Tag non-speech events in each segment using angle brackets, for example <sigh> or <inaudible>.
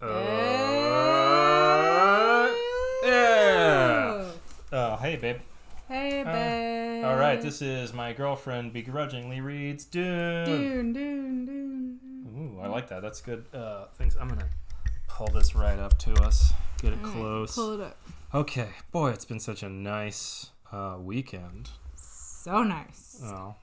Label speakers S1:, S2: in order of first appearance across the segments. S1: Uh,
S2: Oh, Hey, babe.
S1: Hey,
S2: Uh,
S1: babe.
S2: All right, this is my girlfriend begrudgingly reads Dune.
S1: Dune, dune, dune. dune.
S2: Ooh, I like that. That's good. Uh, things. I'm gonna pull this right up to us. Get it
S1: All right,
S2: close.
S1: pull it up.
S2: Okay, boy, it's been such a nice uh, weekend.
S1: So nice.
S2: Oh,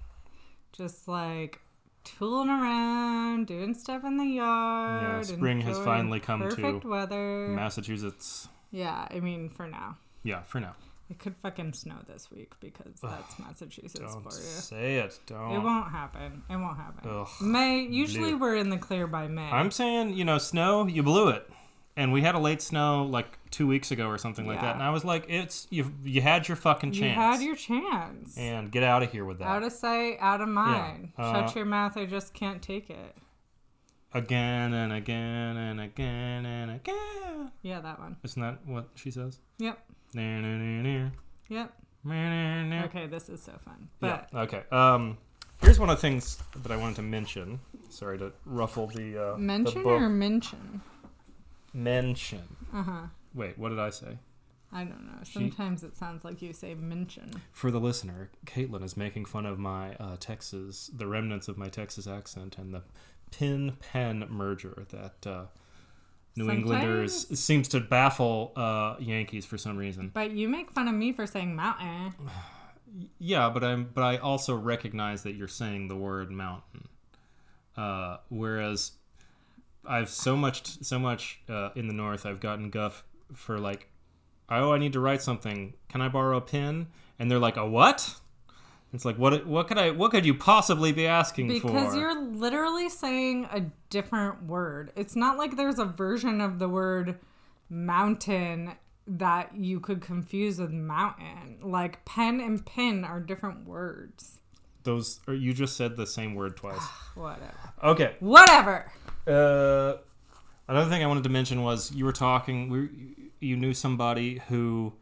S1: Just like tooling around, doing stuff in the yard.
S2: Yeah, spring has
S1: enjoying
S2: finally come to
S1: Perfect weather.
S2: Massachusetts.
S1: yeah, I mean, for now.
S2: Yeah, for now.
S1: It could fucking snow this week because that's Massachusetts
S2: Don't
S1: for you.
S2: say it. Don't.
S1: It won't happen. It won't happen.
S2: Ugh.
S1: May usually
S2: Bleh.
S1: we're in the clear by May.
S2: I'm saying, you know, snow, you blew it. And we had a late snow like two weeks ago or something like that.
S1: Yeah.
S2: And I was like, it's you you had your fucking
S1: you
S2: chance.
S1: had your chance.
S2: and get out of here with that.
S1: out of sight, out of mind. Shut
S2: Uh,
S1: your mouth. I just can't take it.
S2: again and again and again and again.
S1: Yeah, that one.
S2: Isn't that what she says?
S1: Yep.
S2: Nah, nah, nah, nah.
S1: Yep.
S2: Nah, nah, nah.
S1: Okay, this is so fun.
S2: Yeah,
S1: But
S2: Okay. Um, here's one of the things that I wanted to mention. Sorry to ruffle the uh, the
S1: mention
S2: book.
S1: or mention?
S2: mention.
S1: Uh huh.
S2: Wait, what did I say?
S1: I don't know.
S2: She-
S1: Sometimes it sounds like you say mention.
S2: For the listener, Caitlin is making fun of my uh, Texas, the remnants of my Texas accent, and the pin pen merger that uh, New Englanders seems to baffle uh, Yankees for some reason.
S1: But you make fun of me for saying mountain.
S2: Yeah, but I'm but I also recognize that you're saying the word mountain. Uh, whereas I've so much so much uh, in the north I've gotten guff for like oh I need to write something. Can I borrow a pen? And they're like, "A what?" It's like, "What what could I what could you possibly be asking for?"
S1: Because you're literally saying a different word. It's not like there's a version of the word mountain that you could confuse with mountain. Like pen and pin are different words.
S2: Those or you just said the same word twice.
S1: Whatever.
S2: Okay.
S1: Whatever.
S2: Uh, another thing I wanted to mention was you were talking. We, you knew somebody who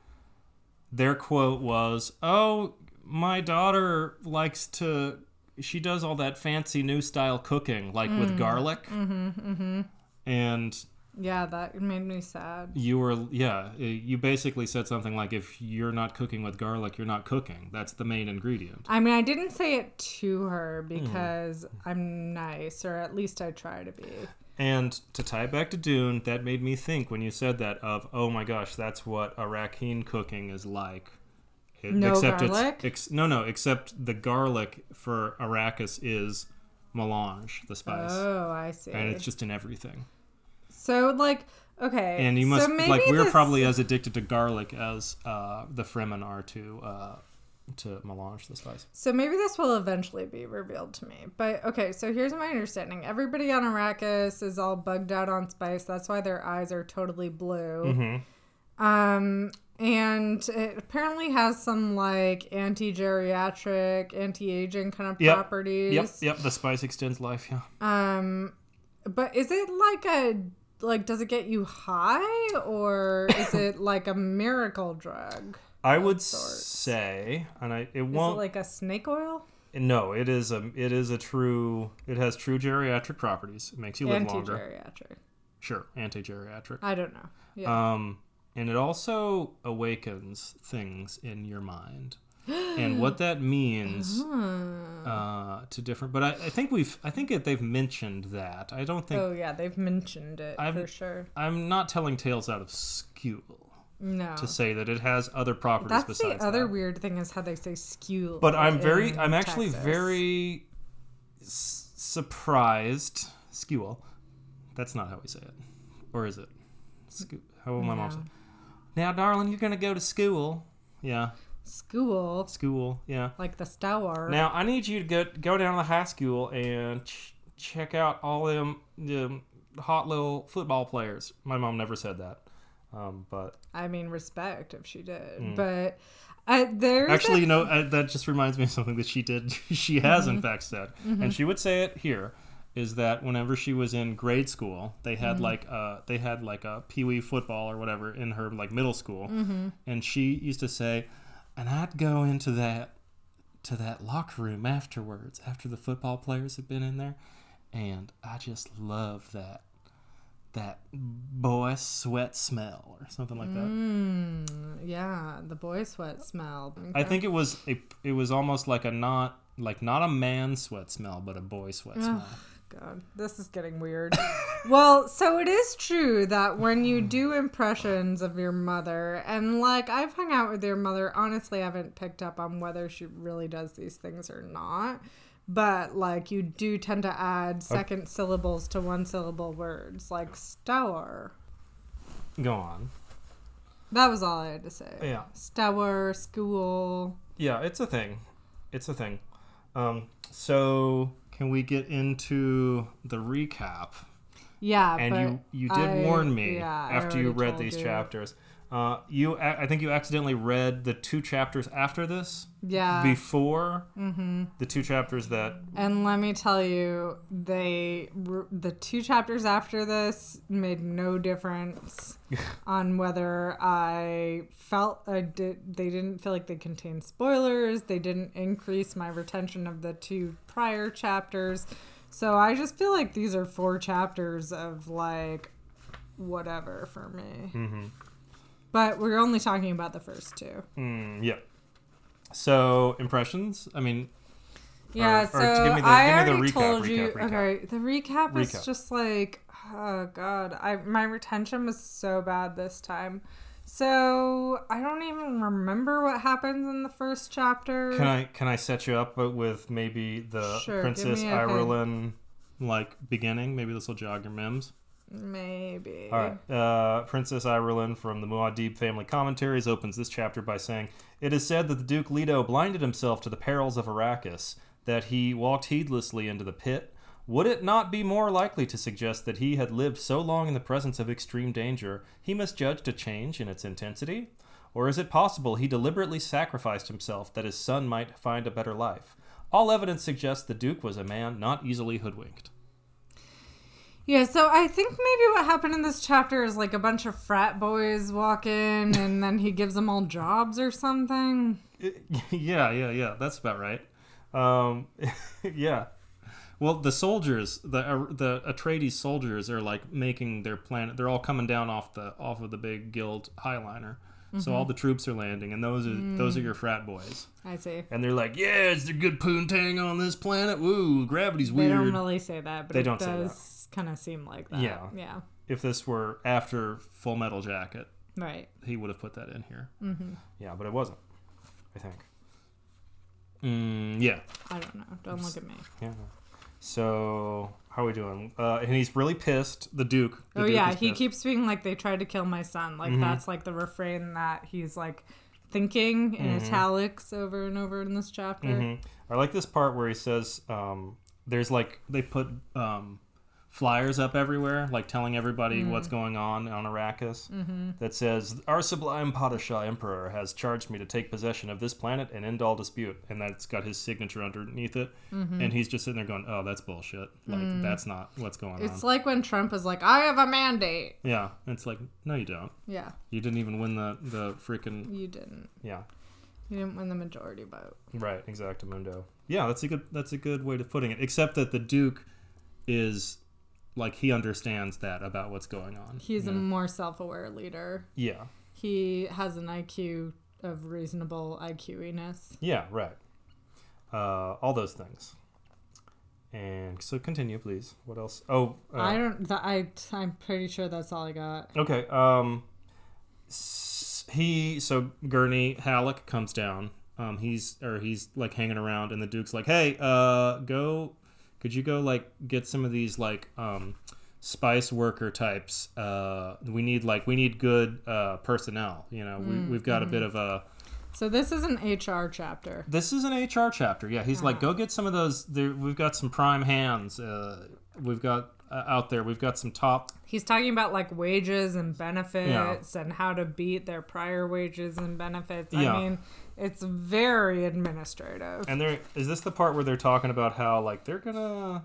S2: their quote was, "Oh, my daughter likes to. She does all that fancy new style cooking, like with garlic." Mm-hmm, mm-hmm. And
S1: Yeah, that made me sad.
S2: you were, yeah, you basically said something like, "If you're not cooking with garlic, you're not cooking. That's the main ingredient."
S1: I mean, I didn't say it to
S2: Hmm.
S1: her because I'm nice, or at least I try to be.
S2: And to tie it back to Dune, that made me think when you said that of, oh my gosh, that's what a raccoon cooking is like. It-
S1: No
S2: It's,
S1: garlic?
S2: ex, no, no, except the garlic for Arrakis is melange, the spice.
S1: Oh, I see.
S2: and it's just in everything.
S1: so, like, okay.
S2: And you must,
S1: so maybe
S2: like, we're
S1: this-
S2: probably as addicted to garlic as uh, the Fremen are to, uh, to melange, the spice.
S1: So maybe this will eventually be revealed to me. But okay, so here's my understanding. Everybody on Arrakis is all bugged out on spice. That's why their eyes are totally blue.
S2: Mm-hmm.
S1: Um, and it apparently has some like anti-geriatric, anti-aging kind of
S2: Yep.
S1: properties.
S2: Yep, yep, the spice extends life, yeah.
S1: Um, but is it like a like does it get you high or
S2: <laughs>
S1: is it like a miracle drug?
S2: I would
S1: sorts.
S2: say, and I, it
S1: Is
S2: won't.
S1: it like a snake oil?
S2: No, it is a it is a true it has true geriatric properties. It makes you live longer.
S1: Anti-geriatric.
S2: Sure, anti-geriatric.
S1: I don't know. Yeah.
S2: Um and it also awakens things in your
S1: <gasps>
S2: mind. and what that means
S1: Hmm.
S2: uh, to different but I, I think we've I think it, they've mentioned that. I don't think
S1: Oh yeah, they've mentioned it
S2: I've-
S1: for sure.
S2: I'm not telling tales out of school
S1: No.
S2: to say that it has other properties
S1: Oh. That's the
S2: besides
S1: other
S2: that.
S1: weird thing is how they say skew.
S2: but I'm very,
S1: in
S2: I'm actually
S1: Texas.
S2: very s- surprised. Skewel. That's not how we say it. Or is it? Skew- how will my mom
S1: No.
S2: say it? Now, darling, you're going to go to school. Yeah,
S1: school
S2: school. Yeah.
S1: like the Star
S2: Now, I need you to go, go down to the high school and ch- check out all them, them hot little football players. My mom never said that. Um, but
S1: I mean, respect if she did, but uh, there's a-
S2: Mm. Actually, you know, I, that just reminds me of something that she did. <laughs> she has, in fact, said, and she would say it here, is that whenever she was in grade school, they had like uh, they had like a pee wee football or whatever in her like middle school, and she used to say, and I'd go into that to that locker room afterwards, after the football players had been in there, and I just love that that boy sweat smell or something like that.
S1: mm, Yeah, the boy sweat smell.
S2: I think it was a it was almost like a not like not a man sweat smell, but a boy sweat smell.
S1: God, this is
S2: <laughs>
S1: getting weird. well, so it is true that when you do impressions of your mother, and like I've hung out with your mother, honestly, I haven't picked up on whether she really does these things or not. But like you do tend to add second syllables to one syllable words, like stour.
S2: Go on.
S1: That was all I had to say.
S2: Yeah.
S1: Stour, school.
S2: Yeah, it's a thing. It's a thing. Um, so can we get into the recap?
S1: Yeah,
S2: And
S1: but
S2: you you did
S1: I-
S2: warn me
S1: yeah, I
S2: after you
S1: already
S2: read
S1: told
S2: these
S1: you.
S2: chapters. Uh, you I I think you accidentally read the two chapters after this
S1: Yeah,
S2: before
S1: mm-hmm.
S2: the two chapters that
S1: and let me tell you, they r- the two chapters after this made no difference on whether I felt I did. They didn't feel like they contained spoilers. They didn't increase my retention of the two prior chapters. So I just feel like these are four chapters of like whatever for
S2: Hmm.
S1: me.
S2: mm-hmm.
S1: But we're only talking about the first two.
S2: mm, yeah. So impressions. I mean,
S1: Yeah,
S2: Or-
S1: so
S2: or to give me the-
S1: I
S2: give
S1: already
S2: me the recap,
S1: told
S2: recap,
S1: you.
S2: recap.
S1: Okay, the recap,
S2: Recap.
S1: is just like, oh god, I my retention was so bad this time. So I don't even remember what happens in the first chapter.
S2: can I can I set you up with maybe the
S1: Sure, give
S2: Princess
S1: me a hint.
S2: Irulan like beginning? Maybe this will jog your memes.
S1: Maybe.
S2: All right. Uh, Princess Irulan from the Muad'Dib family commentaries opens this chapter by saying, "It is said that the Duke Leto blinded himself to the perils of Arrakis, that he walked heedlessly into the pit. Would it not be more likely to suggest that he had lived so long in the presence of extreme danger, he misjudged a change in its intensity? Or is it possible he deliberately sacrificed himself that his son might find a better life? All evidence suggests the Duke was a man not easily hoodwinked."
S1: Yeah, so I think maybe what happened in this chapter is like a bunch of frat boys
S2: <laughs>
S1: walk in, and then he gives them all jobs or something.
S2: <laughs> yeah, yeah, yeah. That's about right. Um, <laughs> yeah. Well, the soldiers, the uh, the Atreides soldiers, are like making their planet. They're all coming down off the off of the big guild highliner. So
S1: Mm-hmm.
S2: all the troops are landing, and those are those
S1: Mm.
S2: are your frat boys,
S1: I see.
S2: and they're like, "Yeah, it's the good poontang on this planet. Woo, gravity's
S1: They
S2: weird."
S1: don't really say that, but
S2: They
S1: it
S2: don't say that.
S1: does kind of seem like that.
S2: Yeah.
S1: Yeah.
S2: if this were after Full Metal Jacket,
S1: Right.
S2: he would have put that in here. Mm-hmm. Yeah, but it wasn't. I think. Mm, yeah,
S1: I don't know. Don't look at me.
S2: Yeah. So how are we doing? Uh, and he's really pissed. The Duke. The Mm-hmm.
S1: Oh
S2: Duke
S1: yeah,
S2: is
S1: he
S2: pissed.
S1: keeps being like they tried to kill my son. Like that's like the refrain that he's like thinking in
S2: Mm-hmm.
S1: italics over and over in this chapter.
S2: Mhm. I like this part where he says, um, "There's like they put um, flyers up everywhere, like telling everybody
S1: Mm-hmm.
S2: what's going on on Arrakis." That says, "Our sublime Padishah Emperor has charged me to take possession of this planet and end all dispute," and that's got his signature underneath it.
S1: Mm-hmm.
S2: And he's just sitting there going, "Oh, that's bullshit. Like that's not what's going on."
S1: It's like when Trump is like, "I have a mandate."
S2: yeah, it's like, no, you don't.
S1: Yeah,
S2: You didn't even win the the freaking
S1: you didn't.
S2: yeah.
S1: You didn't win the majority vote.
S2: Right, exactamundo. Yeah, that's a good that's a good way to putting it. Except that the Duke is like he understands that about what's going on.
S1: He's a more self-aware leader.
S2: yeah.
S1: He has an IQ of reasonable IQiness.
S2: Yeah, right. Uh, all those things. And so continue, please. What else? Oh,
S1: I
S2: uh,
S1: don't. Th- I I'm pretty sure that's all I got.
S2: okay. Um, s- he so Gurney Halleck comes down. Um, he's or he's like hanging around, and the Duke's like, "Hey, uh, go. Could you go like get some of these like um, spice worker types? Uh, we need like we need good uh, personnel. You know, we, we've got a bit of a
S1: So this is an HR chapter.
S2: this is an HR chapter. Yeah, he's like, go get some of those. There, we've got some prime hands. Uh, we've got uh, out there. We've got some top
S1: He's talking about like wages and benefits and how to beat their prior wages and benefits.
S2: Yeah.
S1: I mean, it's very administrative.
S2: And there is this the part where they're talking about how like they're gonna,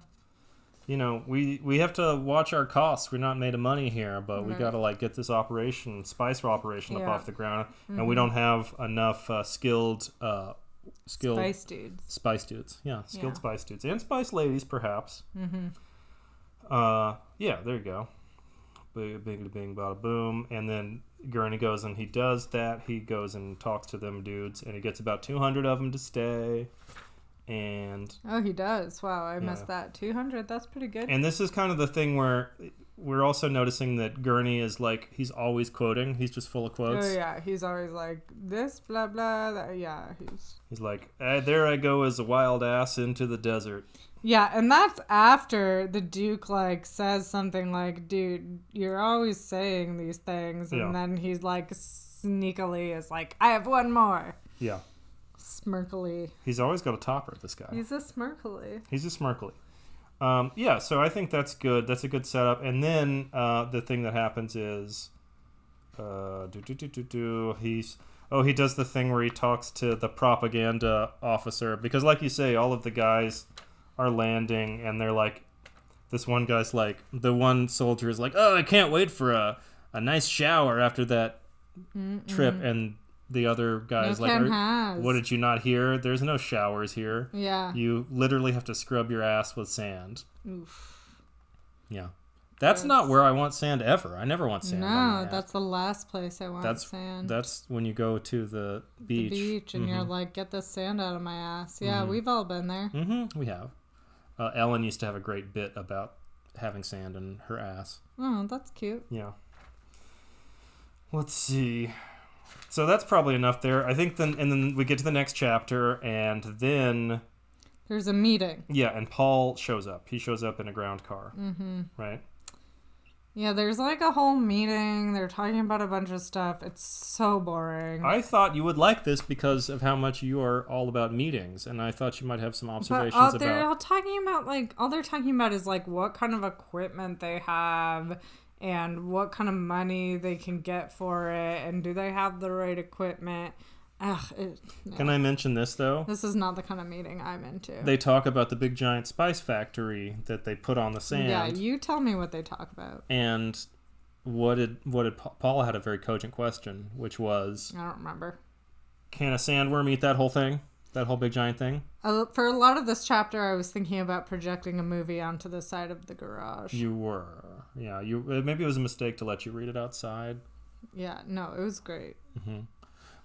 S2: you know, we we have to watch our costs. We're not made of money here, but we got to like get this operation, Spicer operation, up
S1: Yeah. Mm-hmm.
S2: off the ground, and we don't have enough uh, skilled, uh, skilled
S1: Spice dudes.
S2: spice dudes. Yeah, skilled
S1: Yeah.
S2: spice dudes and spice ladies, perhaps. Mm-hmm. Uh, yeah, there you go. bing, bing, bing, bada boom. And then Gurney goes and he does that. He goes and talks to them dudes, and he gets about 200 of them to stay. And
S1: Oh, he does. Wow, I
S2: Yeah.
S1: missed that. 200, that's pretty good.
S2: and this is kind of the thing where we're also noticing that Gurney is like he's always quoting. He's just full of quotes.
S1: oh, yeah, he's always like, this, blah, blah. That. Yeah, he's.
S2: He's like, "Ah, "There I go as a wild ass into the desert."
S1: Yeah, and that's after the Duke like says something like, "Dude, you're always saying these things," and
S2: Yeah.
S1: then he's like sneakily is like, "I have one more."
S2: Yeah,
S1: Smirkily,
S2: he's always got a topper. This guy.
S1: he's a smirkily.
S2: He's a smirkly. Um, yeah, so I think that's good. That's a good setup. And then uh, the thing that happens is, uh, do do do do do. He's oh he does the thing where he talks to the propaganda officer because, like you say, all of the guys are landing and they're like, this one guy's like, the one soldier is like, oh, I can't wait for a a nice shower after that trip, and the other guy's like,
S1: Kim
S2: "Are-
S1: has.
S2: what did you not hear? There's no showers here.
S1: yeah.
S2: You literally have to scrub your ass with sand.
S1: Oof.
S2: Yeah. That's not where I want sand ever. I never want sand. on my
S1: No,
S2: ass.
S1: that's the last place I want
S2: that's
S1: sand.
S2: that's when you go to the
S1: the
S2: beach.
S1: beach, and you're like, "Get this sand out of my ass." Yeah, we've all been there.
S2: Mm-hmm, we have. Uh, Ellen used to have a great bit about having sand in her ass.
S1: Oh, that's cute.
S2: Yeah. Let's see. So that's probably enough there. I think then and then we get to the next chapter and then
S1: There's a meeting.
S2: yeah, and Paul shows up. He shows up in a ground car. Mm-hmm. Right?
S1: Yeah, there's like a whole meeting. They're talking about a bunch of stuff. It's so boring.
S2: I thought you would like this because of how much you are all about meetings, and I thought you might have some
S1: But
S2: observations
S1: all, they're
S2: about.
S1: all talking about like all they're talking about is like what kind of equipment they have and what kind of money they can get for it and do they have the right equipment. Ugh, it, no.
S2: Can I mention this though?
S1: this is not the kind of meeting I'm into.
S2: They talk about the big giant spice factory that they put on the sand,
S1: yeah, you tell me what they talk about.
S2: and what did what did Pa- Paula had a very cogent question, which was,
S1: I don't remember.
S2: can a sandworm eat that whole thing, that whole big giant thing?
S1: Uh, for a lot of this chapter, I was thinking about projecting a movie onto the side of the garage.
S2: You were, yeah, you uh, maybe it was a mistake to let you read it outside.
S1: yeah, no, it was great.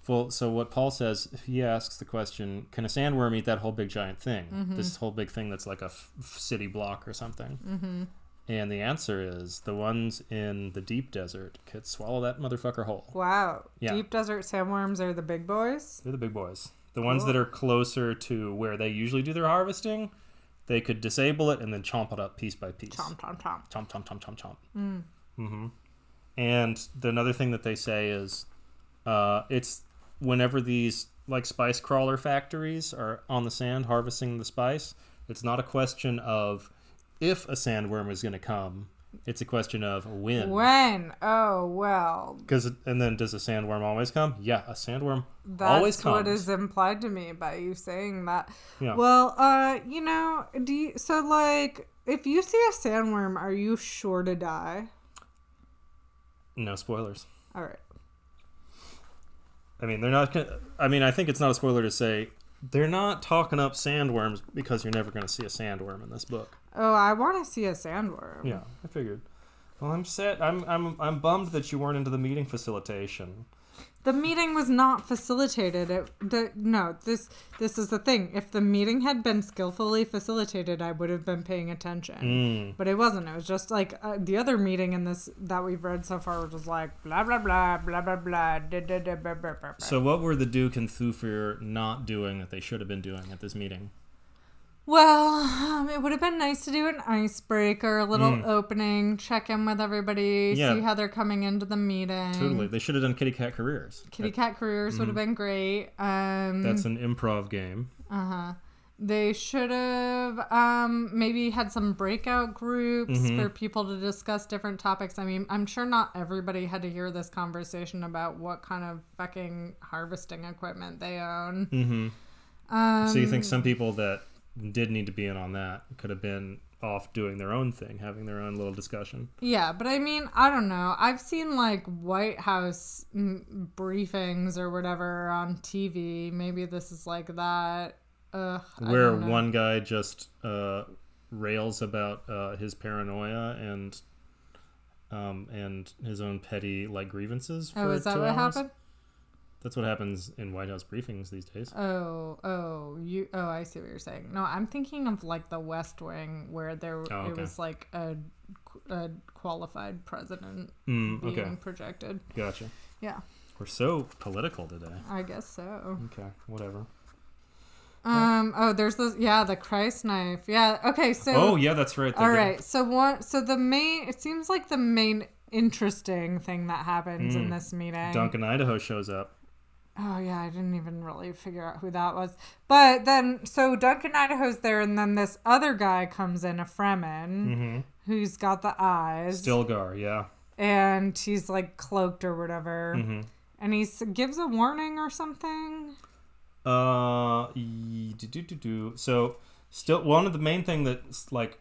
S2: Well, so what Paul says, he asks the question, can a sandworm eat that whole big giant thing? This whole big thing that's like a f- f- city block or something. Mm-hmm. And the answer is the ones in the deep desert could swallow that motherfucker whole.
S1: Wow.
S2: Yeah.
S1: Deep desert sandworms are the big boys.
S2: They're the big boys. The ones that are closer to where they usually do their harvesting, they could disable it and then chomp it up piece by piece.
S1: Tom, tom, tom.
S2: chomp chomp chomp chomp chomp. Mm. hmm And the, another thing that they say is, uh, it's whenever these like spice crawler factories are on the sand harvesting the spice, it's not a question of if a sandworm is going to come. It's a question of when.
S1: When? Oh, well,
S2: Because and then does a sandworm always come? Yeah, a sandworm
S1: That's
S2: always comes.
S1: what is implied to me by you saying that.
S2: Yeah.
S1: Well, uh, you know, do you, so like if you see a sandworm, are you sure to die?
S2: no spoilers.
S1: All right.
S2: I mean, they're not. Gonna, I mean, I think it's not a spoiler to say they're not talking up sandworms because you're never going to see a sandworm in this book.
S1: Oh, I want to see a sandworm.
S2: Yeah, I figured. Well, I'm sad. I'm I'm I'm bummed that you weren't into the meeting facilitation.
S1: The meeting was not facilitated. It, the, no, this this is the thing. If the meeting had been skillfully facilitated, I would have been paying
S2: Mm. Hmm.
S1: attention. But it wasn't. It was just like uh, the other meeting in this that we've read so far was just like blah blah blah blah blah blah. Da, da, da, blah, blah, blah, blah.
S2: So, what were the Duke and Thufir not doing that they should have been doing at this meeting?
S1: Well, um, it would have been nice to do an icebreaker, a little opening, check in with everybody,
S2: Mm. Yeah.
S1: see how they're coming into the meeting.
S2: Totally, they should have done kitty cat careers.
S1: Hmm. Kitty Cat Careers would have been great. Um,
S2: That's an improv game.
S1: Uh-huh. they should have um, maybe had some breakout groups
S2: Mm-hmm.
S1: for people to discuss different topics. I mean, I'm sure not everybody had to hear this conversation about what kind of fucking harvesting equipment they own.
S2: Mm-hmm.
S1: Um,
S2: so you think some people that did need to be in on that could have been off doing their own thing, having their own little discussion.
S1: Yeah, but I mean, I don't know. I've seen like White House mm, briefings or whatever on TV. Maybe this is like that. Ugh, I
S2: where
S1: don't know.
S2: one guy just uh, rails about uh, his paranoia and um, and his own petty like grievances. For
S1: Oh, is that
S2: two
S1: what
S2: hours.
S1: happened?
S2: That's what happens in White House briefings these days.
S1: Oh, oh, you. Oh, I see what you're saying. No, I'm thinking of like the West Wing, where there
S2: Oh,
S1: it
S2: okay.
S1: was like a, qu- a qualified president
S2: Mm,
S1: being
S2: okay,
S1: projected.
S2: gotcha.
S1: Yeah,
S2: We're so political today.
S1: I guess so.
S2: Okay, whatever.
S1: Um. Oh, there's this. Yeah, the Christ knife. Yeah. Okay. So.
S2: oh yeah, that's right. they
S1: All
S2: get-
S1: right. So one. So the main. It seems like the main interesting thing that happens in
S2: Mm.
S1: this meeting.
S2: Duncan Idaho shows up.
S1: Oh yeah, I didn't even really figure out who that was. But then, so Duncan Idaho's there, and then this other guy comes in, a Fremen,
S2: Mm-hmm.
S1: who's got the eyes,
S2: Stilgar, yeah.
S1: and he's like cloaked or whatever,
S2: Mhm.
S1: and he s- gives a warning or something.
S2: Uh, ye- do, do, do, do. So, still one of the main thing that's like,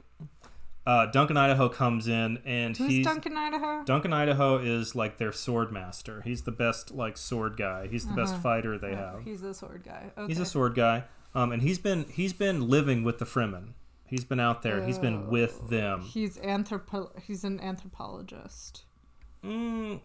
S2: uh, Duncan Idaho comes in and
S1: Who's
S2: he's
S1: Duncan Idaho?
S2: Duncan Idaho is like their sword master. He's the best like sword guy. He's the best fighter they
S1: Oh,
S2: have.
S1: he's a sword guy. Okay.
S2: He's a sword guy. Um, and he's been he's been living with the Fremen. He's been out there. He's been
S1: Oh.
S2: with them.
S1: He's anthropo. He's an anthropologist.
S2: Mm,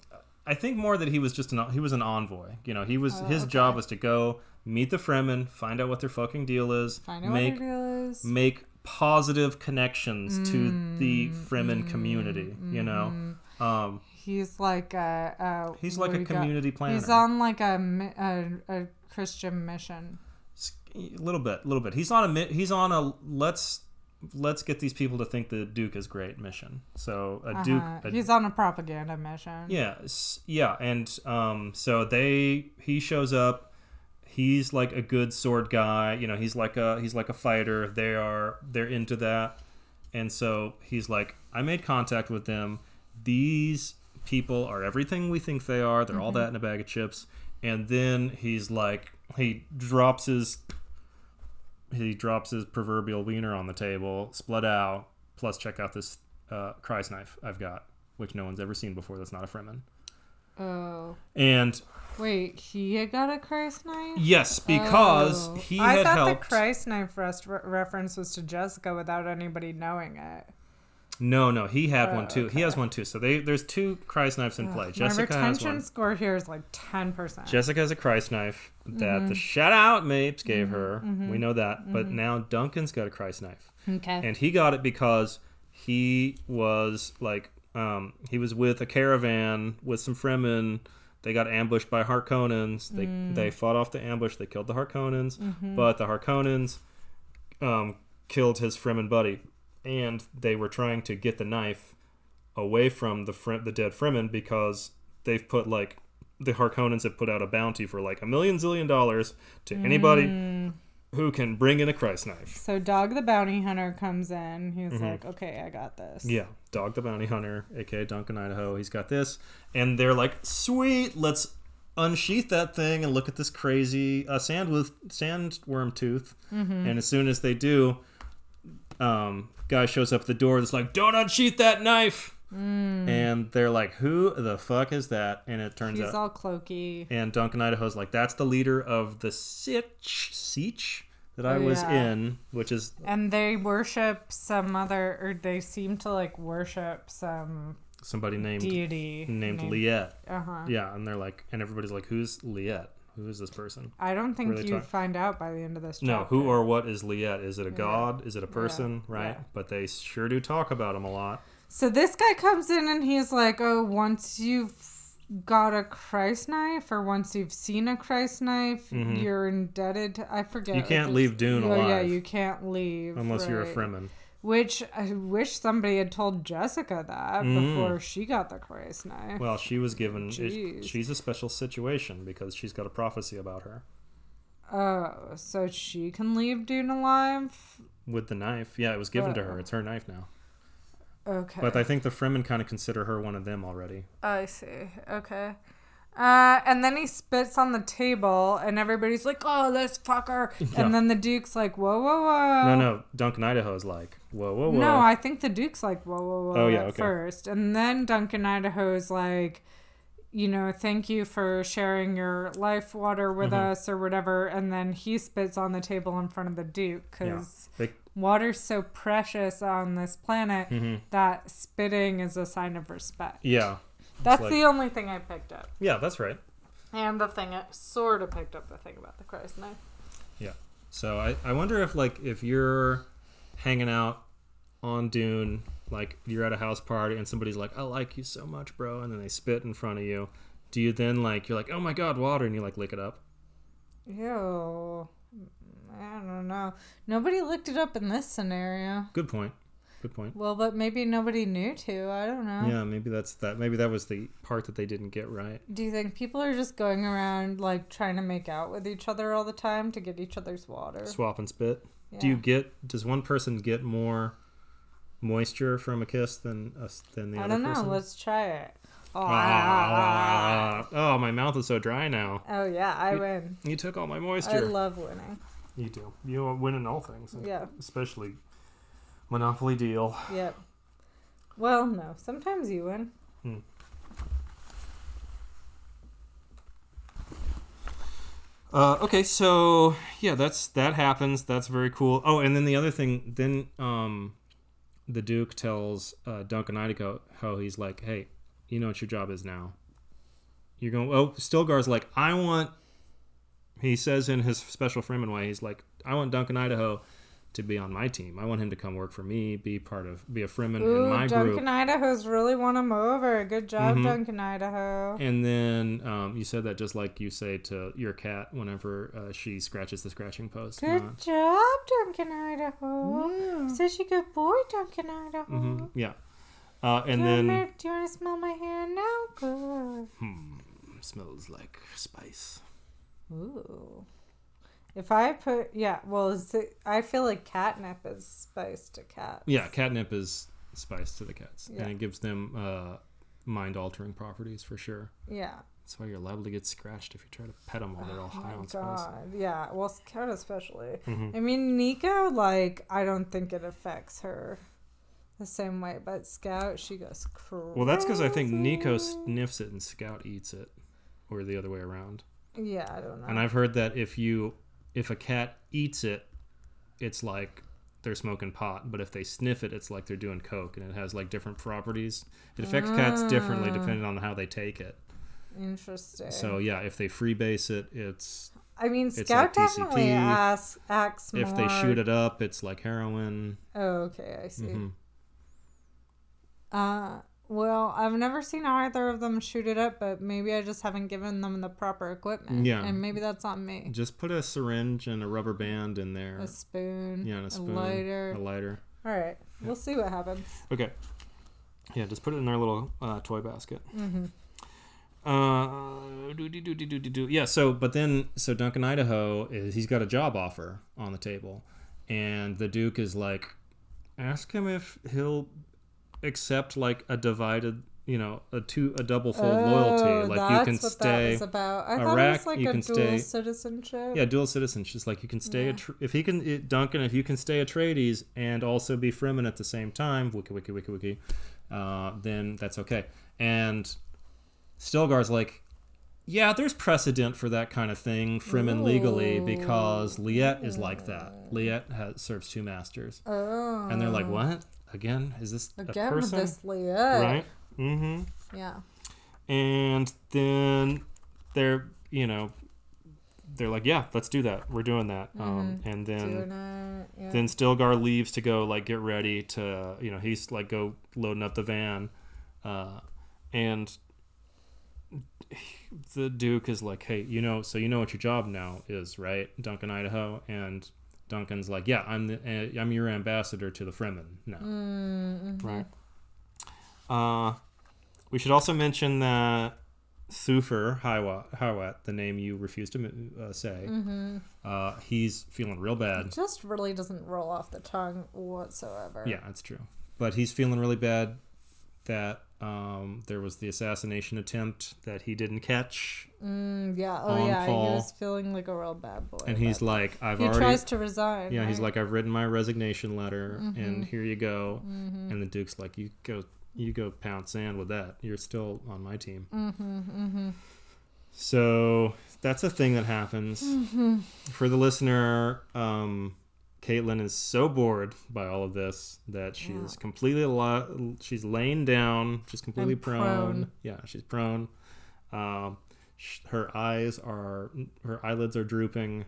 S2: I think more that he was just an he was an envoy. You know, he was
S1: Oh,
S2: his
S1: okay.
S2: job was to go meet the Fremen, find out what their fucking deal is,
S1: Find out
S2: make
S1: what their deal is.
S2: make positive connections to
S1: Mm,
S2: the Fremen community. You know, um,
S1: He's like a. a
S2: he's like
S1: what do
S2: a
S1: we mm. got?
S2: community planner.
S1: He's on like a, mi- a a Christian mission.
S2: S- a little bit, little bit. He's on a mi- he's on a let's let's get these people to think the Duke is great mission. So a Duke,
S1: Uh,
S2: a,
S1: he's on a propaganda mission.
S2: yeah, s- yeah, and um, so they he shows up. He's like a good sword guy, you know. He's like a he's like a fighter. They are they're into that, and so he's like, I made contact with them. These people are everything we think they are. They're all that in a bag of chips. And then he's like, he drops his he drops his proverbial wiener on the table. Split out. Plus, check out this uh, Cry's knife I've got, which no one's ever seen before. That's not a Fremen.
S1: Oh
S2: And
S1: wait, he had got a Christ knife.
S2: yes, because
S1: Oh.
S2: he
S1: I
S2: had
S1: thought
S2: helped.
S1: the Christ knife rest- re- reference was to Jessica without anybody knowing it.
S2: no, no, he had
S1: Oh,
S2: one too. He has one too. So they, there's two Cry's knives in play.
S1: My
S2: Jessica has
S1: retention
S2: one.
S1: score here is like ten percent.
S2: Jessica has a Christ knife that
S1: Mm-hmm.
S2: the shout out Mapes gave her. We know that. But now Duncan's got a Christ knife.
S1: Okay.
S2: And he got it because he was like, um, he was with a caravan with some Fremen. They got ambushed by Harkonnens. They, they fought off the ambush. They killed the Harkonnens. But the Harkonnens um, killed his Fremen buddy. And they were trying to get the knife away from the Fre- the dead Fremen because they've put like the Harkonnens have put out a bounty for like a million zillion dollars to anybody who can bring in a Christ knife.
S1: So Dog the Bounty Hunter comes in. He's like, "Okay, I got this."
S2: Mm-hmm. Yeah, Dog the Bounty Hunter, aka Duncan Idaho, he's got this, and they're like, "Sweet, let's unsheath that thing and look at this crazy uh, sand with sandworm tooth."
S1: Mm-hmm.
S2: And as soon as they do, um, guy shows up at the door that's like, "Don't unsheath that knife," and they're like, "Who the fuck is that?" And it turns
S1: Mm. He's
S2: out,
S1: all cloaky.
S2: and Duncan Idaho's like, "That's the leader of the Sitch Siege that I was
S1: Oh, yeah.
S2: in, which is
S1: And they worship some other, or they seem to like worship some
S2: somebody named."
S1: deity
S2: Named Liette.
S1: Uh huh.
S2: Yeah, and they're like, and everybody's like, "Who's Liette? Who is this person?"
S1: I don't think
S2: really
S1: you
S2: talk-
S1: find out by the end of this.
S2: No,
S1: chapter.
S2: who or what is Liette? Is it a god? Is it a person? Right?
S1: Yeah.
S2: But they sure do talk about him a lot.
S1: So this guy comes in and he's like, "Oh, once you've got a Christ knife, or once you've seen a Christ knife, you're indebted to I forget.
S2: Mm-hmm. You can't
S1: like,
S2: leave Dune
S1: oh, Yeah,
S2: alive.
S1: you can't leave
S2: Unless you're a
S1: right. <laughs>
S2: Fremen.
S1: Which I wish somebody had told Jessica that before she got the Christ knife.
S2: Mm. Well, she was given.
S1: Jeez.
S2: It, she's a special situation because she's got a prophecy about her
S1: oh, so she can leave Dune alive.
S2: with the knife. Yeah, it was given to her. It's her knife now.
S1: Okay.
S2: But I think the Fremen kind of consider her one of them already.
S1: I see. Okay. Uh, and then he spits on the table, and everybody's like, "Oh, this
S2: <laughs>
S1: fucker!"
S2: Yeah.
S1: And then the Duke's like, "Whoa, whoa, whoa!"
S2: No, no, Duncan Idaho is like, whoa, whoa, whoa.
S1: Oh. No, I think the Duke's like, "Whoa, whoa, whoa!"
S2: Oh, yeah,
S1: at
S2: okay.
S1: first, and then Duncan Idaho's like, you know, thank you for sharing your life water with
S2: Mm-hmm.
S1: us or whatever. And then he spits on the table in front of the Duke
S2: Yeah.
S1: because
S2: They,
S1: water's so precious on this planet that spitting is a sign of respect.
S2: Mm-hmm. yeah.
S1: That's
S2: like-
S1: the only thing I picked up.
S2: Yeah, that's right.
S1: And the thing, I sort of picked up the thing about the Christ knife.
S2: Yeah. So I, I wonder if like if you're hanging out on Dune, like you're at a house party and somebody's like, I like you so much, bro, and then they spit in front of you, do you then like you're like, Oh my god, water and you like lick it up?
S1: Ew. I don't know. Nobody looked it up in this scenario.
S2: Good point. Good point.
S1: Well, but maybe nobody knew to. I don't know.
S2: Yeah, maybe that's that maybe that was the part that they didn't get right.
S1: Do you think people are just going around like trying to make out with each other all the time to get each other's water?
S2: Swap and spit. Do
S1: Yeah.
S2: you get does one person get more moisture from a kiss than us than the
S1: I
S2: other
S1: don't know.
S2: person?
S1: Let's try it. Oh, <laughs>
S2: Ah, oh, my mouth is so dry now.
S1: oh yeah, I win.
S2: You took all my
S1: I
S2: moisture.
S1: love winning.
S2: You do. You win in all things.
S1: Yeah.
S2: Especially Monopoly Deal.
S1: Yep. Well, no. Sometimes you win.
S2: Uh, okay, so yeah, that's that happens. That's very cool. Oh, and then the other thing, then um, the Duke tells uh, Duncan Idaho how he's like, hey, you know what your job is now. You're going. Oh, Stilgar's like, I want. He says in his special Freeman way, he's like, I want Duncan Idaho to be on my team. I want him to come work for me, be part of, be a Freeman in
S1: Ooh,
S2: my
S1: Duncan
S2: group. Mm-hmm.
S1: Idaho's really won him over. Good job, Duncan Idaho.
S2: And then um, you said that just like you say to your cat whenever uh, she scratches the scratching post. Uh,
S1: Good
S2: Not-
S1: job, Duncan Idaho. Such a good boy, Duncan Idaho.
S2: Mhm, Yeah. Uh, and
S1: Come
S2: then hmm,
S1: here, do you want to smell my hand now? Good.
S2: smells like spice.
S1: Ooh. If I put, yeah, well, is it, I feel like catnip is spice to cat.
S2: Yeah, catnip is spice to the cats,
S1: Yeah.
S2: and it gives them uh, mind-altering properties for sure.
S1: Yeah.
S2: That's why you're liable to get scratched if you try to pet them while they're all high
S1: Oh,
S2: on spice. Mm-hmm.
S1: God. Yeah. Well, s- cat especially. I mean, Nico, like, I don't think it affects her the same way, but Scout, she goes crazy.
S2: Well, that's because I think Nico sniffs it and Scout eats it, or the other way around.
S1: Yeah, I don't know.
S2: And I've heard that if you if a cat eats it, it's like they're smoking pot, but if they sniff it, it's like they're doing coke, and it has like different properties. It affects cats differently depending on how they take it.
S1: Interesting.
S2: So yeah, if they freebase it, it's
S1: I mean,
S2: it's like
S1: Scout definitely
S2: TCP.
S1: asks, acts more.
S2: if they shoot Mm-hmm. it up, it's like heroin.
S1: Oh, okay, I see. Uh, well, I've never seen either of them shoot it up, but maybe I just haven't given them the proper equipment.
S2: Yeah.
S1: and maybe that's on me.
S2: Just put a syringe and a rubber band in there.
S1: A spoon.
S2: yeah, and a spoon,
S1: lighter.
S2: a lighter.
S1: All right, we'll see what happens.
S2: Okay. Yeah, just put it in their little uh, toy basket.
S1: Mm-hmm.
S2: Uh, do, do, do, do, do, do, do. Yeah, so, but then, so Duncan Idaho, is, he's got a job offer on the table. And the Duke is like, ask him if he'll accept like a divided, you know, a two, a double fold loyalty. Like you can
S1: Oh, that's what
S2: stay.
S1: that was about. I thought it
S2: Iraq,
S1: was like
S2: you
S1: a
S2: can
S1: dual
S2: stay-
S1: citizenship.
S2: Yeah, dual citizen. She's like, you can stay a tr if he can it, Duncan, if you can stay Atreides and also be Fremen at the same time. Wiki, wiki, wiki, wiki. Uh, then that's okay. And Stilgar's like, yeah, there's precedent for that kind of thing, Fremen legally, because Liette is like that. Liette has, serves two masters,
S1: Oh,
S2: and they're like, what? Again? Is this a
S1: again with
S2: person?
S1: this Leah.
S2: Right. Mm-hmm
S1: Yeah.
S2: and then they're you know they're like yeah let's do that we're doing that um, and
S1: Doing
S2: then
S1: it. Yeah.
S2: then stilgar leaves to go like get ready to you know he's like go loading up the van uh, and the duke is like hey you know so you know what your job now is right duncan idaho and duncan's like yeah i'm the uh, i'm your ambassador to the fremen now right uh we should also mention that Thufir Hiwat, Hiwat the name you refuse to uh, say, uh, he's feeling real bad.
S1: just really doesn't roll off the tongue whatsoever.
S2: Yeah, that's true. But he's feeling really bad that um, there was the assassination attempt that he didn't catch,
S1: Mm, yeah. Oh
S2: On
S1: yeah.
S2: Paul.
S1: He was feeling like a real bad boy.
S2: and he's like, "I've
S1: he
S2: already."
S1: tries to resign.
S2: yeah, he's
S1: right?
S2: like, "I've written my resignation letter, and here you go." And the Duke's like, "You go you go pound sand with that. You're still on my team. Mm-hmm, mm-hmm. So that's a thing that happens. For the listener, um, Caitlin is so bored by all of this that she is completely lo- she's laying down. She's completely
S1: And prone.
S2: Yeah, she's prone. Um, sh- her eyes are her eyelids are drooping.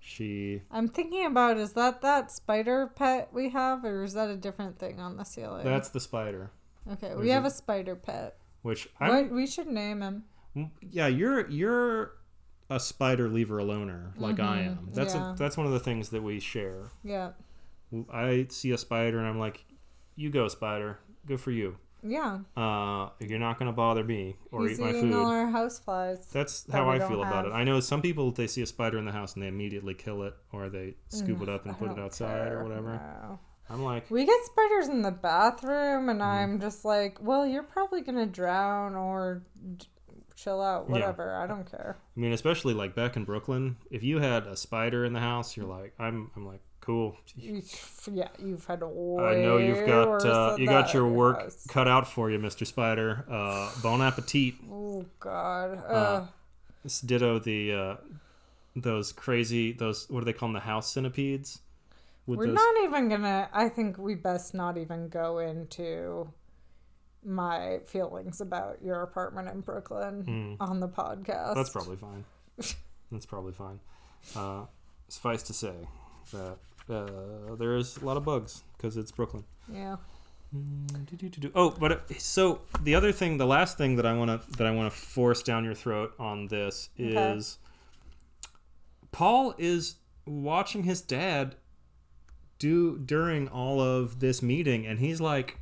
S2: She
S1: I'm thinking about is that that spider pet we have, or is that a different thing on the ceiling?
S2: that's the spider,
S1: okay, we have a spider pet.
S2: which I'm
S1: What we should name him.
S2: yeah you're you're a spider lever aloner like i am that's
S1: Mm-hmm. yeah.
S2: a, that's one of the things that we share
S1: Yeah,
S2: i see a spider and i'm like you go spider good for you
S1: yeah.
S2: uh you're not gonna bother me or
S1: He's
S2: eat my
S1: eating
S2: food
S1: all our houseflies.
S2: that's
S1: that
S2: how
S1: we
S2: i
S1: don't
S2: feel about it
S1: have.
S2: i know some people they see a spider in the house and they immediately kill it or they scoop it up and
S1: Mm, I
S2: put it
S1: don't
S2: outside
S1: care,
S2: or whatever
S1: no.
S2: i'm like
S1: We get spiders in the bathroom, and
S2: Mm-hmm.
S1: I'm just like, well, you're probably gonna drown or d- chill out, whatever. I don't care.
S2: i mean especially like back in brooklyn if you had a spider in the house you're like i'm i'm like cool
S1: You- yeah, you've had
S2: I
S1: way
S2: know you've got
S1: worse
S2: uh,
S1: than
S2: you got
S1: that
S2: your
S1: at
S2: work
S1: house.
S2: cut out for you, Mister Spider. Uh, bon appetit.
S1: Oh God. Uh,
S2: This ditto the uh, those crazy those what do they call them the house centipedes? With
S1: We're
S2: those,
S1: not even gonna. I think we best not even go into my feelings about your apartment in Brooklyn on the podcast.
S2: Hmm. that's probably
S1: <laughs>
S2: fine. that's probably fine. Uh, suffice to say that uh, there is a lot of bugs because it's Brooklyn.
S1: yeah.
S2: Do-do-do-do. Oh, but uh, so the other thing, the last thing that I want to that I want to force down your throat on this
S1: Okay.
S2: is Paul is watching his dad do during all of this meeting, and he's like,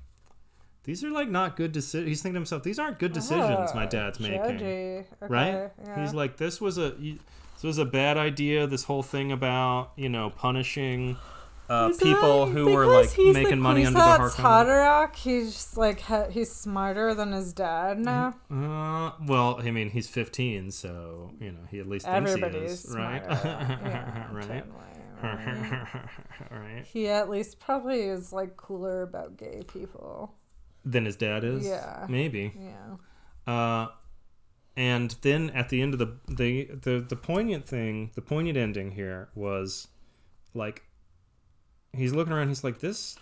S2: "These are like not good decisions." He's thinking to himself, "These aren't good decisions my
S1: Oh,
S2: dad's making."
S1: Judgy. Okay,
S2: right?
S1: Yeah.
S2: He's like, this was a you- this was a bad idea. This whole thing about you know punishing uh,
S1: He's
S2: people
S1: like-
S2: who were
S1: because
S2: like
S1: he's
S2: making
S1: the
S2: money under the hard
S1: Kwisatz Haderach, he's just like ha- he's smarter than his
S2: Mm-hmm.
S1: dad now.
S2: Uh, well, I mean, he's 15, so you know he at least thinks he
S1: Everybody's
S2: is, right?
S1: smarter.
S2: <laughs>
S1: yeah,
S2: right?
S1: totally.
S2: <laughs> right?
S1: He at least probably is like cooler about gay people.
S2: Than his dad is.
S1: Yeah.
S2: Maybe.
S1: Yeah.
S2: Uh, and then at the end of the, the the the poignant thing, the poignant ending here was like he's looking around. He's like, this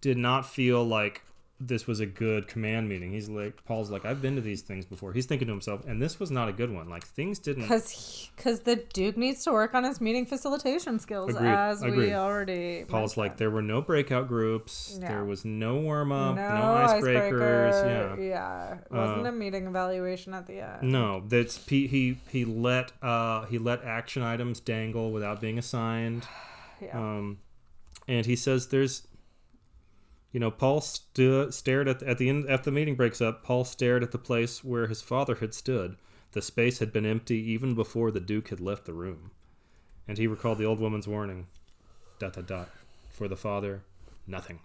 S2: did not feel like this was a good command meeting. He's like, Paul's like, I've been to these things before. He's thinking to himself, and this was not a good one. Like things didn't.
S1: Because because the Duke needs to work on his meeting facilitation skills,
S2: Agreed,
S1: as
S2: agreed.
S1: we already.
S2: Paul's like,
S1: mentioned.
S2: there were no breakout groups.
S1: No.
S2: There was no warm up, no,
S1: icebreaker.
S2: icebreakers. Yeah.
S1: yeah. It wasn't
S2: Uh, mm,
S1: a meeting evaluation at the end.
S2: No, that's he he he let uh he let action items dangle without being assigned.
S1: Yeah.
S2: Um, and he says there's, you know, Paul stu- stared at the, at the end after the meeting breaks up. Paul stared at the place where his father had stood. The space had been empty even before the Duke had left the room, and he recalled the old woman's warning. Dot dot dot. For the father, nothing.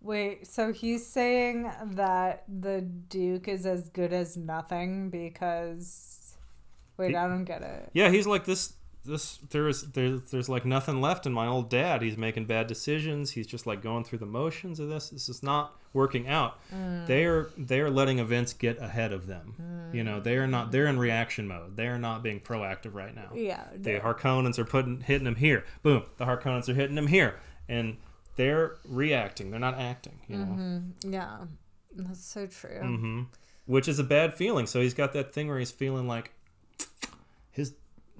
S1: Wait, so he's saying that the Duke is as good as nothing because. Wait,
S2: He-
S1: I don't get it.
S2: Yeah, he's like this. This there's there's there's like nothing left in my old dad. He's making bad decisions. He's just like going through the motions of this. This is not working out. They are they are letting events get ahead of them. You know they are not. They're in reaction mode. They are not being proactive right now.
S1: Yeah.
S2: The Harkonnens are putting hitting them here. Boom. The Harkonnens are hitting them here, and they're reacting. They're not acting. You know,
S1: Yeah. That's so true.
S2: Mm, Mm-hmm. which is a bad feeling. So he's got that thing where he's feeling like his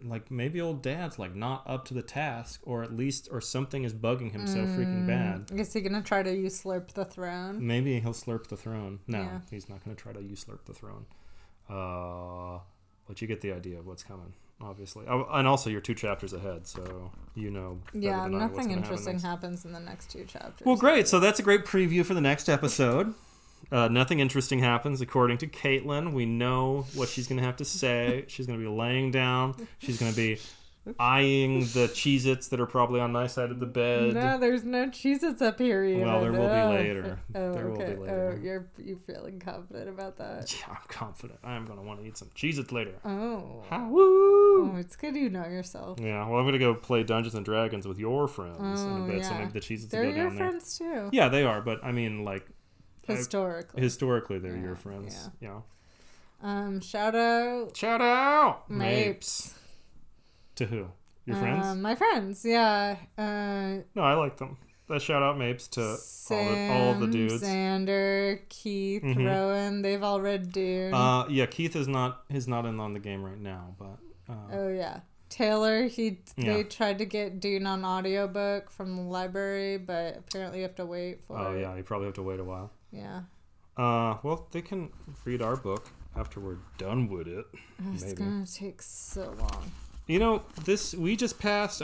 S2: like maybe old dad's like not up to the task or at least or something is bugging him so freaking
S1: Mm.
S2: bad. Mm.
S1: Is he gonna try to usurp the throne?
S2: Maybe he'll slurp the throne. No,
S1: Yeah.
S2: he's not going to try to usurp the throne. Uh, but you get the idea of what's coming, obviously. Oh, And also, you're two chapters ahead, so you know. better
S1: Yeah,
S2: than I what's
S1: nothing
S2: gonna happen
S1: interesting
S2: next.
S1: happens in the next two chapters.
S2: Well, great. So that's a great preview for the next episode. Uh, nothing interesting happens, according to Caitlin. We know what she's going to have to say. She's going to be laying down. She's going to be eyeing the Cheez Its that are probably on my side of the bed.
S1: No, there's no Cheez-Its up here either.
S2: Well, there will
S1: Oh.
S2: be later.
S1: <laughs> Oh,
S2: there
S1: okay.
S2: will be later.
S1: Oh, you're you feeling confident about that?
S2: Yeah, I'm confident. I am going to want to eat some Cheez Its later.
S1: Oh.
S2: Ah, woo!
S1: Oh, it's good you know yourself.
S2: Yeah, well, I'm going to go play Dungeons and Dragons with your friends in
S1: Oh,
S2: a bit, so
S1: yeah.
S2: maybe the Cheez Its will
S1: They're
S2: go
S1: your
S2: down there.
S1: friends too.
S2: Yeah, they are, but I mean, like,
S1: historically.
S2: Historically, they're
S1: Yeah,
S2: your friends. Yeah.
S1: Um, shout out
S2: Shout out
S1: Mapes.
S2: to who? Your friends?
S1: Um, my friends, yeah. Uh,
S2: no, I like them. That shout out Mapes to
S1: Sam,
S2: all the, all the dudes. Mm-hmm.
S1: Xander, Keith, Rowan. They've all read Dune.
S2: Uh, yeah, Keith is not is not in on the game right now, but uh,
S1: oh yeah, Taylor. He
S2: Yeah.
S1: they tried to get Dune on audiobook from the library, but apparently you have to wait for
S2: oh
S1: it.
S2: yeah, you probably have to wait a while.
S1: Yeah.
S2: Uh, well, they can read our book after we're done with it.
S1: It's
S2: Maybe.
S1: gonna take so long.
S2: You know, this we just passed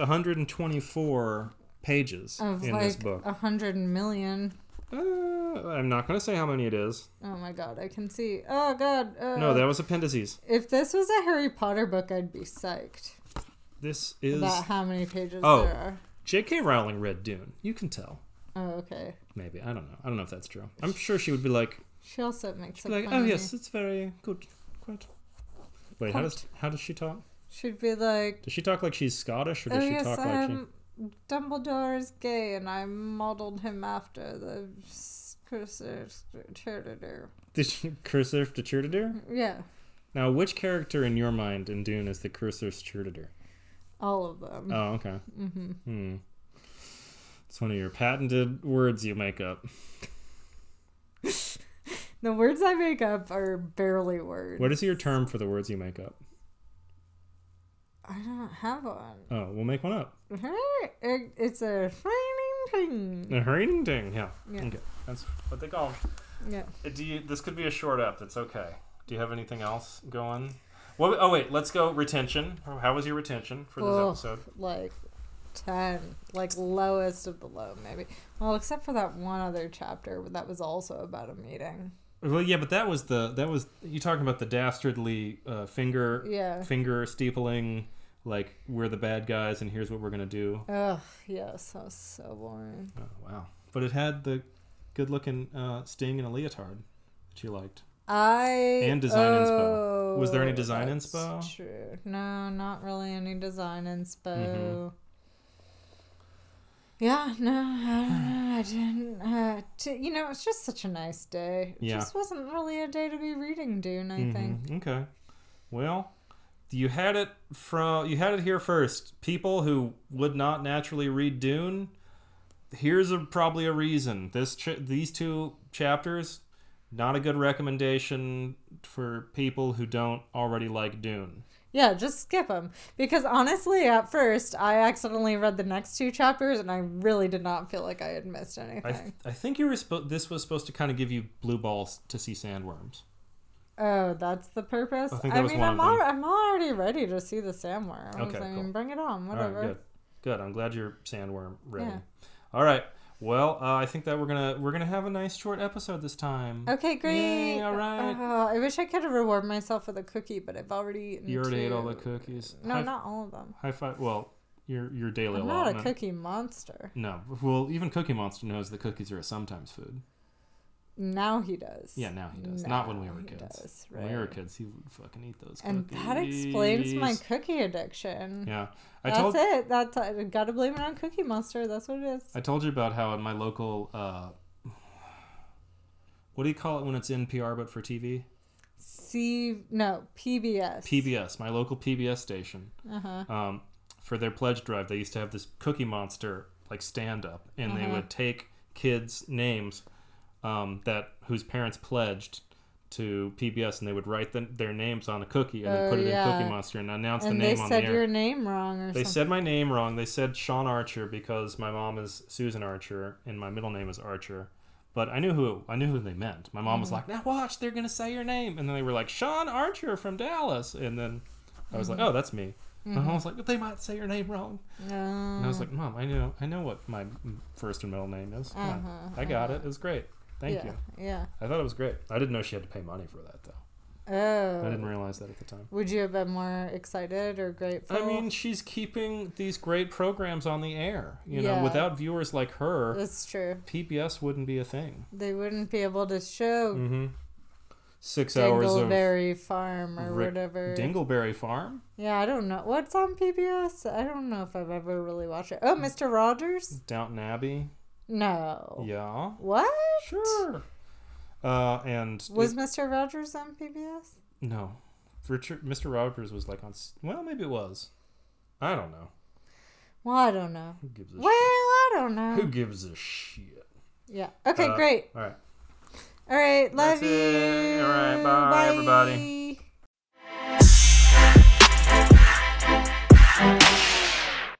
S2: 124 pages
S1: Of
S2: in this
S1: like
S2: book.
S1: a hundred million.
S2: Uh, I'm not going to say how many it is.
S1: Oh my god, I can see. Oh god. Uh,
S2: No, that was appendices.
S1: If this was a Harry Potter book, I'd be psyched
S2: This is
S1: about how many pages
S2: Oh.
S1: there are.
S2: J.K. Rowling read Dune. You can tell.
S1: Oh, okay.
S2: Maybe I don't know. I don't know if that's true. I'm sure she would be like,
S1: She also makes a
S2: like,
S1: funny.
S2: oh yes, it's very good. Quite. Wait, how does how does she talk?
S1: She'd be like,
S2: Does she talk like she's Scottish, or
S1: oh
S2: does she
S1: yes,
S2: talk like she?
S1: I'm Dumbledore is gay, and I modeled him after the s- cursor Turditor.
S2: <laughs> Did she cursor to Churdidur?
S1: Yeah,
S2: Now, which character in your mind in Dune is the cursor Churdidur?
S1: all of them.
S2: Oh, okay. Mm-hmm. Hmm. It's one of your patented words you make up.
S1: The words I make up are barely words.
S2: What is your term for the words you make up?
S1: I don't have one.
S2: Oh, we'll make one up.
S1: It- It's a shining thing.
S2: A hurrying ding. Yeah.
S1: Yeah.
S2: Okay. That's what they call 'em.
S1: Yeah.
S2: Uh, Do you, this could be a short up. That's okay. Do you have anything else going? What, oh wait, let's go retention. How how was your retention for this
S1: Ugh,
S2: episode?
S1: Like ten, like lowest of the low, maybe. Well, except for that one other chapter, but that was also about a meeting.
S2: Well, yeah, but that was the that was you talking about the dastardly uh, finger
S1: Yeah.
S2: finger steepling, like we're the bad guys and here's what we're gonna do.
S1: Ugh, yes, that was so boring.
S2: Oh wow! But it had the good looking uh, Sting in a leotard that you liked.
S1: I
S2: And design inspo.
S1: oh,
S2: Was there any design
S1: that's
S2: inspo?
S1: True. No, not really any design inspo.
S2: Mm-hmm.
S1: Yeah, no, I don't know. I didn't. Uh, t- you know, it's just such a nice day. It
S2: Yeah.
S1: just wasn't really a day to be reading Dune. I think.
S2: Mhm, Okay. Well, you had it from you had it here first. People who would not naturally read Dune. Here's a, probably a reason. This ch- these two chapters, not a good recommendation for people who don't already like Dune.
S1: Yeah, just skip them because honestly, at first, I accidentally read the next two chapters, and I really did not feel like I had missed anything.
S2: I, th- I think you were supposed. This was supposed to kind of give you blue balls to see sandworms.
S1: Oh, that's the purpose. I,
S2: think that was
S1: mean,
S2: one
S1: I'm,
S2: of them.
S1: al- I'm already ready to see the sandworms.
S2: Okay,
S1: I
S2: cool.
S1: mean, bring it on,
S2: All
S1: whatever.
S2: right, good, good. I'm glad you're sandworm ready.
S1: Yeah.
S2: All right. Well, uh, I think that we're gonna we're gonna have a nice short episode this time.
S1: Okay, great.
S2: Yay, all right.
S1: Oh, I wish I could reward myself with a cookie, but I've already eaten.
S2: You already ate all the
S1: two.
S2: cookies.
S1: No,
S2: high,
S1: not all of them.
S2: high five. Well, your your daily
S1: I'm not
S2: allotment.
S1: a cookie monster.
S2: No, well, even Cookie Monster knows that cookies are a sometimes food.
S1: Now he does.
S2: Yeah, now he does. Not when we
S1: Now
S2: were
S1: he
S2: kids.
S1: does,
S2: When we were
S1: right.
S2: kids, he would fucking eat those.
S1: And
S2: cookies.
S1: that explains my cookie addiction.
S2: Yeah, I
S1: That's
S2: told
S1: it. That's I gotta blame it on Cookie Monster. That's what it is.
S2: I told you about how in my local, uh, what do you call it when it's NPR but for TV?
S1: C no PBS.
S2: PBS, my local PBS station,
S1: Uh-huh.
S2: um, for their pledge drive, they used to have this Cookie Monster like stand up, and
S1: Mm-hmm.
S2: they would take kids' names um, that whose parents pledged to PBS, and they would write them their names on a cookie and then
S1: Oh,
S2: put it in
S1: yeah.
S2: Cookie Monster and announce
S1: And
S2: the
S1: they
S2: name on the
S1: said
S2: air.
S1: your name wrong or
S2: They
S1: something.
S2: said my name wrong. They said Sean Archer because my mom is Susan Archer and my middle name is Archer. But I knew who I knew who they meant. My mom was like, "Now watch, they're gonna say your name," and then they were like, "Sean Archer from Dallas," and then I was like, "Oh, that's me." My mom was like, "But they might say your name wrong,"
S1: No.
S2: and I was like, "Mom, I know I know what my m- first and middle name is. Come on.
S1: Uh-huh,
S2: I got it. It was great. Thank
S1: yeah,
S2: you.
S1: Oh, Yeah.
S2: I thought it was great. I didn't know she had to pay money for that though.
S1: Oh.
S2: I didn't realize that at the time."
S1: Would you have been more excited or grateful?
S2: I mean, she's keeping these great programs on the air. You know,
S1: Yeah.
S2: without viewers like her,
S1: that's true.
S2: PBS wouldn't be a thing.
S1: They wouldn't be able to show
S2: Mm-hmm. Six hours of
S1: Dingleberry Farm or
S2: uh, Rick-
S1: whatever.
S2: Dingleberry Farm.
S1: yeah, I don't know what's on PBS. I don't know if I've ever really watched it.
S2: Mm.
S1: Oh, Mister Rogers?
S2: Downton Abbey.
S1: No.
S2: Yeah.
S1: Oh. What?
S2: Sure. Uh, and
S1: Was Mr. Rogers on PBS?
S2: no, Richard, Mr. Rogers was like on. s- Well, maybe it was. I don't know.
S1: Well, I don't know.
S2: Who gives a
S1: Well, I don't know.
S2: shit? Who gives a shit?
S1: Yeah. Okay,
S2: Uh,
S1: great.
S2: All right.
S1: All right. Love
S2: That's it.
S1: you.
S2: All right, bye, everybody.